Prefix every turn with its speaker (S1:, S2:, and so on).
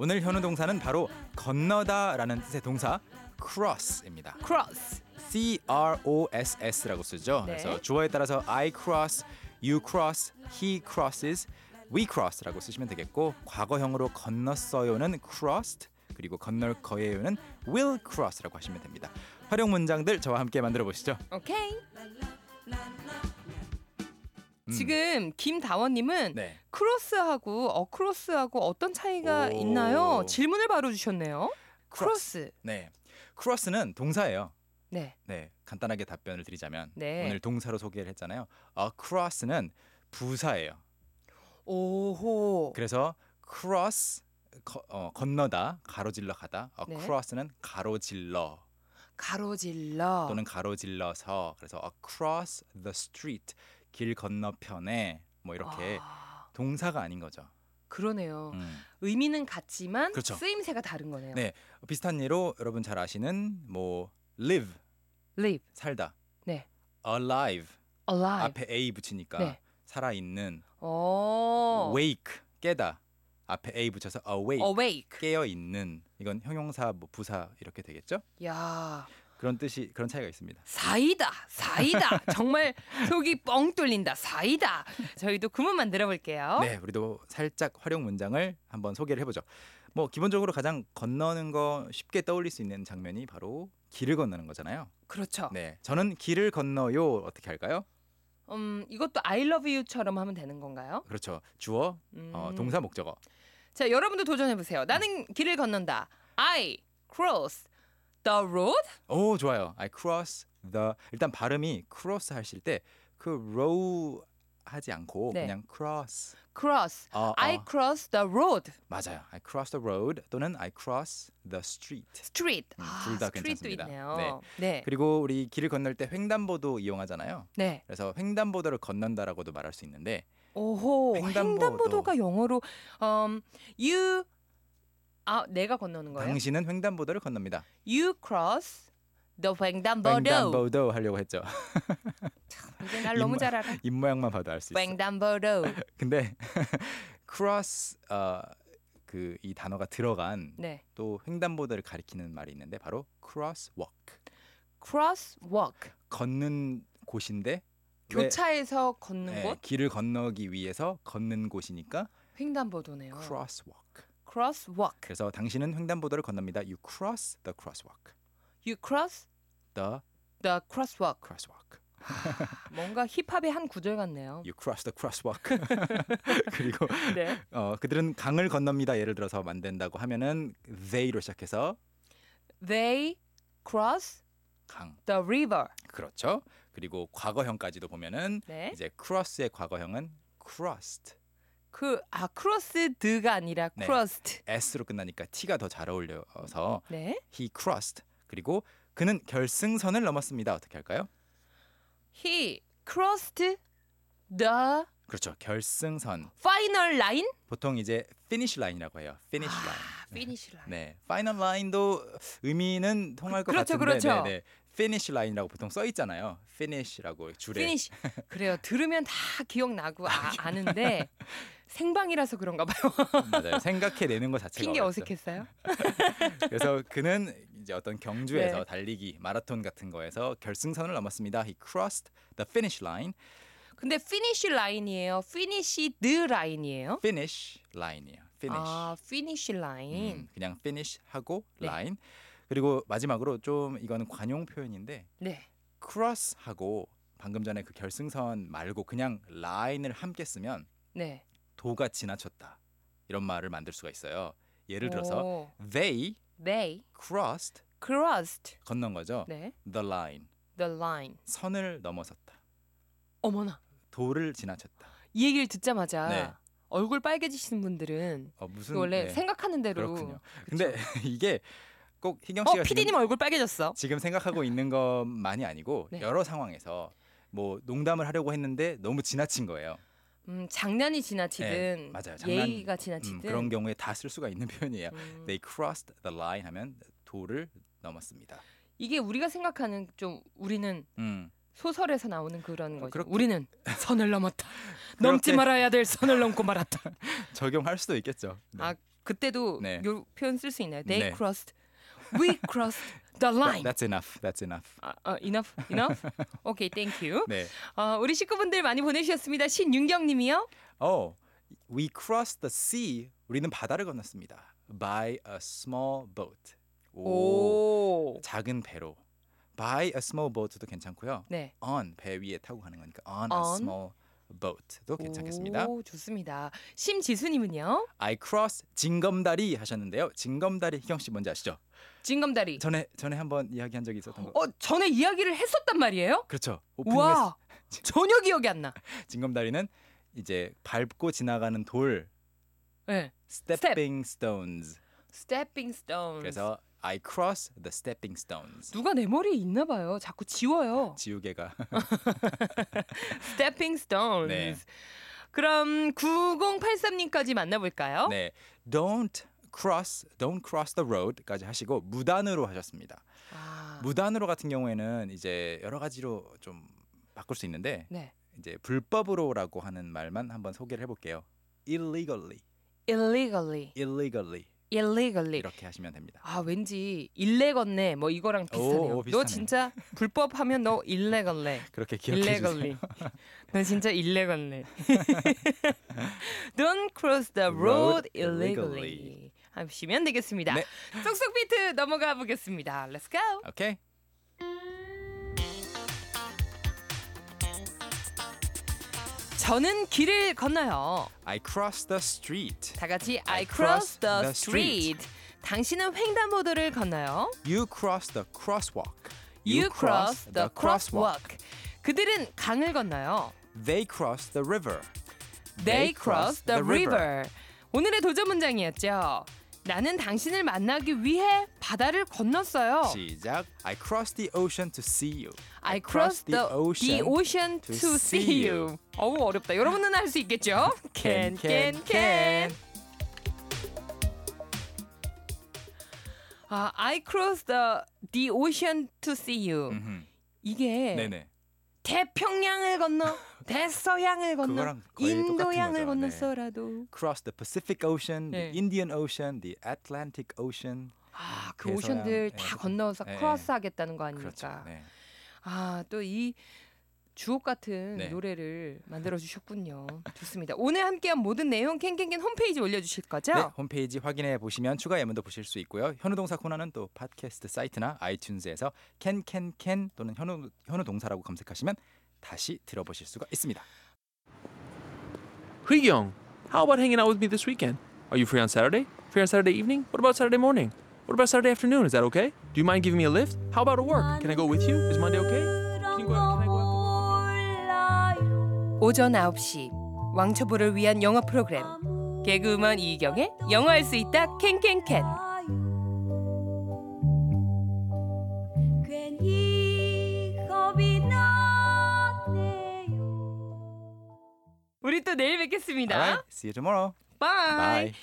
S1: 오늘 현우 동사는 바로 건너다라는 뜻의 동사 cross입니다.
S2: cross.
S1: C R O S S라고 쓰죠.
S2: 네.
S1: 그래서 주어에 따라서 I cross, you cross, he crosses, we cross라고 쓰시면 되겠고 과거형으로 건넜어요는 crossed 그리고 건널 거예요는 will cross라고 하시면 됩니다. 활용 문장들 저와 함께 만들어 보시죠.
S2: 오케이. 지금 김다원님은
S1: 음. 네.
S2: 크로스하고 어크로스하고 어떤 차이가
S1: 오.
S2: 있나요? 질문을 바로 주셨네요. 크로스.
S1: 네. cross는 동사예요.
S2: 네.
S1: 네, 간단하게 답변을 드리자면
S2: 네.
S1: 오늘 동사로 소개를 했잖아요. across는 부사예요.
S2: 오호.
S1: 그래서 cross 거- 어, 건너다, 가로질러 가다.
S2: 네.
S1: across는 가로질러
S2: 가로질러.
S1: 또는 가로질러서 그래서 across the street 길 건너편에 뭐 이렇게
S2: 아,
S1: 동사가 아닌 거죠.
S2: 그러네요.
S1: 음.
S2: 의미는 같지만
S1: 그렇죠.
S2: 쓰임새가 다른 거네요.
S1: 네. 비슷한 예로 여러분 잘 아시는 뭐 live
S2: live,
S1: 살다,
S2: 네,
S1: alive
S2: alive.
S1: 앞에 a 붙이니까
S2: 네.
S1: 살아 있는
S2: 어.
S1: wake 깨다 앞에 a 붙여서 awake
S2: awake.
S1: 깨어 있는 이건 형용사 뭐 부사 이렇게 되겠죠?
S2: 야,
S1: 그런 뜻이 그런 차이가 있습니다.
S2: 사이다, 사이다. 정말 속이 뻥 뚫린다. 사이다. 저희도 구문 만들어 볼게요.
S1: 네, 우리도 살짝 활용 문장을 한번 소개를 해보죠. 뭐 기본적으로 가장 건너는 거 쉽게 떠올릴 수 있는 장면이 바로 길을 건너는 거잖아요.
S2: 그렇죠.
S1: 네, 저는 길을 건너요 어떻게 할까요?
S2: 음, 이것도 I love you처럼 하면 되는 건가요?
S1: 그렇죠. 주어,
S2: 음.
S1: 어, 동사, 목적어.
S2: 자, 여러분도 도전해 보세요. 나는 길을 건넌다. I cross the road.
S1: 오, 좋아요. I cross the 일단 발음이 cross 하실 때 그 row 하지 않고
S2: 네.
S1: 그냥 cross.
S2: cross.
S1: 어, 어.
S2: I cross the road.
S1: 맞아요. I cross the road 또는 I cross the street.
S2: street.
S1: 음,
S2: 아,
S1: 둘다
S2: street도
S1: 괜찮습니다.
S2: 있네요. 네.
S1: 그리고 우리 길을 건널 때 횡단보도 이용하잖아요.
S2: 네.
S1: 그래서 횡단보도를 건넌다라고도 말할 수 있는데
S2: 오호.
S1: 횡단보도.
S2: 횡단보도. 가 영어로 um, you 아, 내가 건너는 거예요?
S1: 당신은 횡단보도를 건넙니다.
S2: You cross the 횡단보도.
S1: 횡단보도 하려고 했죠.
S2: 이제 날 너무
S1: 입-
S2: 잘 알아.
S1: 입 모양만 봐도 알 수 있어.
S2: 횡단보도.
S1: 근데 cross 어, 그이 단어가 들어간
S2: 네.
S1: 또 횡단보도를 가리키는 말이 있는데 바로 crosswalk.
S2: cross walk.
S1: 걷는 곳인데 왜-
S2: 교차에서 걷는
S1: 네,
S2: 곳
S1: 길을 건너기 위해서 걷는 곳이니까
S2: 횡단보도네요.
S1: crosswalk.
S2: cross walk.
S1: 그래서 당신은 횡단보도를 건넙니다. You cross the crosswalk.
S2: You cross
S1: The
S2: the crosswalk.
S1: crosswalk.
S2: 뭔가 힙합의 한 구절 같네요.
S1: You cross the crosswalk. 그리고
S2: 네.
S1: 어, 그들은 강을 건넙니다. 예를 들어서 만든다고 하면은 they로 시작해서
S2: They cross
S1: 강.
S2: the river.
S1: 그렇죠. 그리고 과거형까지도 보면은
S2: 네.
S1: 이제 cross의 과거형은 crossed.
S2: 그 아 cross the가 아니라
S1: 네.
S2: crossed.
S1: s로 끝나니까 t가 더 잘 어울려서
S2: 네.
S1: he crossed. 그리고 그는 결승선을 넘었습니다. 어떻게 할까요?
S2: He crossed the
S1: 그렇죠. 결승선.
S2: final line.
S1: 보통 이제 finish line이라고 해요. finish
S2: 아.
S1: line.
S2: finish line.
S1: 네, 파이널 라인도 의미는 통할 것
S2: 그렇죠,
S1: 같은데,
S2: 그렇죠.
S1: 네, 네. 피니시 라인이라고 보통 써 있잖아요. 피니시라고 줄에.
S2: finish. 그래요. 들으면 다 기억나고 아, 아는데 생방이라서 그런가 봐요.
S1: 맞아요. 생각해내는 것 자체가
S2: 핑계
S1: 어렵죠.
S2: 어색했어요.
S1: 그래서 그는 이제 어떤 경주에서
S2: 네.
S1: 달리기, 마라톤 같은 거에서 결승선을 넘었습니다. He crossed the finish line.
S2: 근데 finish line이에요. finish the line이에요.
S1: finish line이에요. finish.
S2: 아, finish line.
S1: 음, 그냥 finish 하고
S2: 네.
S1: line. 그리고 마지막으로 좀 이거는 관용 표현인데
S2: 네.
S1: cross 하고 방금 전에 그 결승선 말고 그냥 라인을 함께 쓰면
S2: 네.
S1: 도가 지나쳤다 이런 말을 만들 수가 있어요. 예를 들어서
S2: 오,
S1: they
S2: they
S1: crossed
S2: crossed
S1: 건넌 거죠.
S2: 네.
S1: the line
S2: the line.
S1: 선을 넘어섰다.
S2: 어머나.
S1: 도를 지나쳤다.
S2: 이 얘기를 듣자마자
S1: 네.
S2: 얼굴 빨개지시는 분들은
S1: 어, 무슨
S2: 그 원래
S1: 네,
S2: 생각하는 대로
S1: 그렇군요. 근데 이게 꼭 희경
S2: 어,
S1: 씨가
S2: 피디님
S1: 지금,
S2: 얼굴 빨개졌어.
S1: 지금 생각하고 있는 것만이 아니고
S2: 네.
S1: 여러 상황에서 뭐 농담을 하려고 했는데 너무 지나친 거예요.
S2: 음, 장난이 지나치든
S1: 네, 맞아요. 장난-
S2: 예의가 지나치든
S1: 음, 그런 네. 경우에 다 쓸 수가 있는 표현이에요.
S2: 음,
S1: They crossed the line 하면 도를 넘었습니다.
S2: 이게 우리가 생각하는 좀 우리는
S1: 음,
S2: 소설에서 나오는 그런 거죠.
S1: 아, 그렇게-
S2: 우리는 선을 넘었다. 넘지
S1: 그렇게-
S2: 말아야 될 선을 넘고 말았다.
S1: 적용할 수도 있겠죠. 네.
S2: 아 그때도
S1: 네.
S2: 요 표현 쓸 수 있나요? They
S1: 네.
S2: crossed, we crossed the line.
S1: That's enough. That's enough.
S2: 아, 아, enough, enough. okay, thank you.
S1: 네.
S2: 어, 우리 식구분들 많이 보내주셨습니다. 신윤경님이요.
S1: Oh, we crossed the sea. 우리는 바다를 건넜습니다. By a small boat. 오,
S2: 오.
S1: 작은 배로. By a small boat도 괜찮고요.
S2: 네.
S1: On 배 위에 타고 가는 거니까 on, a
S2: On.
S1: small boat도 어, 괜찮겠습니다.
S2: 오, 좋습니다. 심지수님은요.
S1: I cross 징검다리 하셨는데요. 징검다리 희경 씨 뭔지 아시죠?
S2: 진검다리.
S1: 전에 전에 한번 이야기한 적이 있었던 거.
S2: 어 전에 이야기를 했었단 말이에요?
S1: 그렇죠. 오프닝에서
S2: 와 전혀 기억이 안 나.
S1: 징검다리는 이제 밟고 지나가는 돌
S2: 네.
S1: stepping stones.
S2: Stepping Stones.
S1: 그래서 I cross the stepping stones.
S2: 누가 내 머리에 있나 봐요. 자꾸 지워요.
S1: 지우개가
S2: Stepping Stones.
S1: 네.
S2: 그럼 9083님까지 만나볼까요?
S1: 네. Don't cross don't cross the road까지 하시고 무단으로 하셨습니다.
S2: 아,
S1: 무단으로 같은 경우에는 이제 여러 가지로 좀 바꿀 수 있는데
S2: 네.
S1: 이제 불법으로라고 하는 말만 한번 소개를 해 볼게요. illegally.
S2: Illegally.
S1: illegally
S2: Illegally.
S1: 이렇게 하시면 됩니다.
S2: 아 왠지 일레건네 뭐 이거랑
S1: 오,
S2: 비슷하네요. 너
S1: 비슷하네.
S2: 진짜 불법하면 너 일레건네.
S1: 그렇게 기억해 주세요.
S2: 일레건리. 너 진짜 일레건리. Don't cross the
S1: Road
S2: road illegally. 하시면 되겠습니다.
S1: 네.
S2: 쏙쏙 비트 넘어가 보겠습니다. Let's go.
S1: 오케이.
S2: 저는 길을 건너요.
S1: I cross the street.
S2: 다 같이 I,
S1: I cross
S2: cross the,
S1: the
S2: street. 당신은 횡단보도를 건너요.
S1: You cross the crosswalk.
S2: You, cross, the crosswalk. 그들은 강을 건너요.
S1: They cross the river.
S2: They cross the river. 오늘의 도전 문장이었죠. 나는 당신을 만나기 위해 바다를 건넜어요.
S1: 시작. I cross the ocean to see you.
S2: I crossed the, the ocean to, see you. 어우 어렵다. 여러분은 할 수 있겠죠? Can can can. 아, I crossed the the ocean to see you.
S1: 음흠.
S2: 이게
S1: Mm-hmm. 네네.
S2: 태평양을 건너 대서양을 건너
S1: 그거랑 거의 똑같은
S2: 인도양을
S1: 거죠. 네.
S2: 건넜어라도
S1: Cross the Pacific Ocean,
S2: 네.
S1: the Indian Ocean, the Atlantic Ocean.
S2: 아, 네. 그
S1: 대서양,
S2: 오션들 다
S1: 예.
S2: 건너서
S1: 예, 예.
S2: 크로스 하겠다는 거 아닙니까?
S1: 그렇죠. 네.
S2: 아, 또 이 주옥 같은
S1: 네.
S2: 노래를 만들어 주셨군요. 좋습니다. 오늘 함께한 모든 내용 캔캔캔 홈페이지 올려 주실 거죠?
S1: 네, 홈페이지 확인해 보시면 추가 예문도 보실 수 있고요. 현우 동사 코너는 또 팟캐스트 사이트나 아이튠즈에서 캔캔캔 또는 현우 현우 동사라고 검색하시면 다시 들어보실 수가 있습니다.
S3: Young, how about hanging out with me this weekend? Are you free on Saturday? Free on Saturday evening? What about Saturday morning? What about Saturday afternoon? Is that okay? Do you mind giving me a lift? How about at work? Can I go with you? Is Monday okay? Can you go out? Can I go out?
S2: 오전 9시 왕초보를 위한 영어 프로그램 개그우먼 이경의 영어할 수 있다 캔캔캔.
S4: 괜히 겁이 났네요.
S2: 우리 또 내일 뵙겠습니다. 네.
S1: Alright, see you tomorrow.
S2: Bye.
S1: Bye.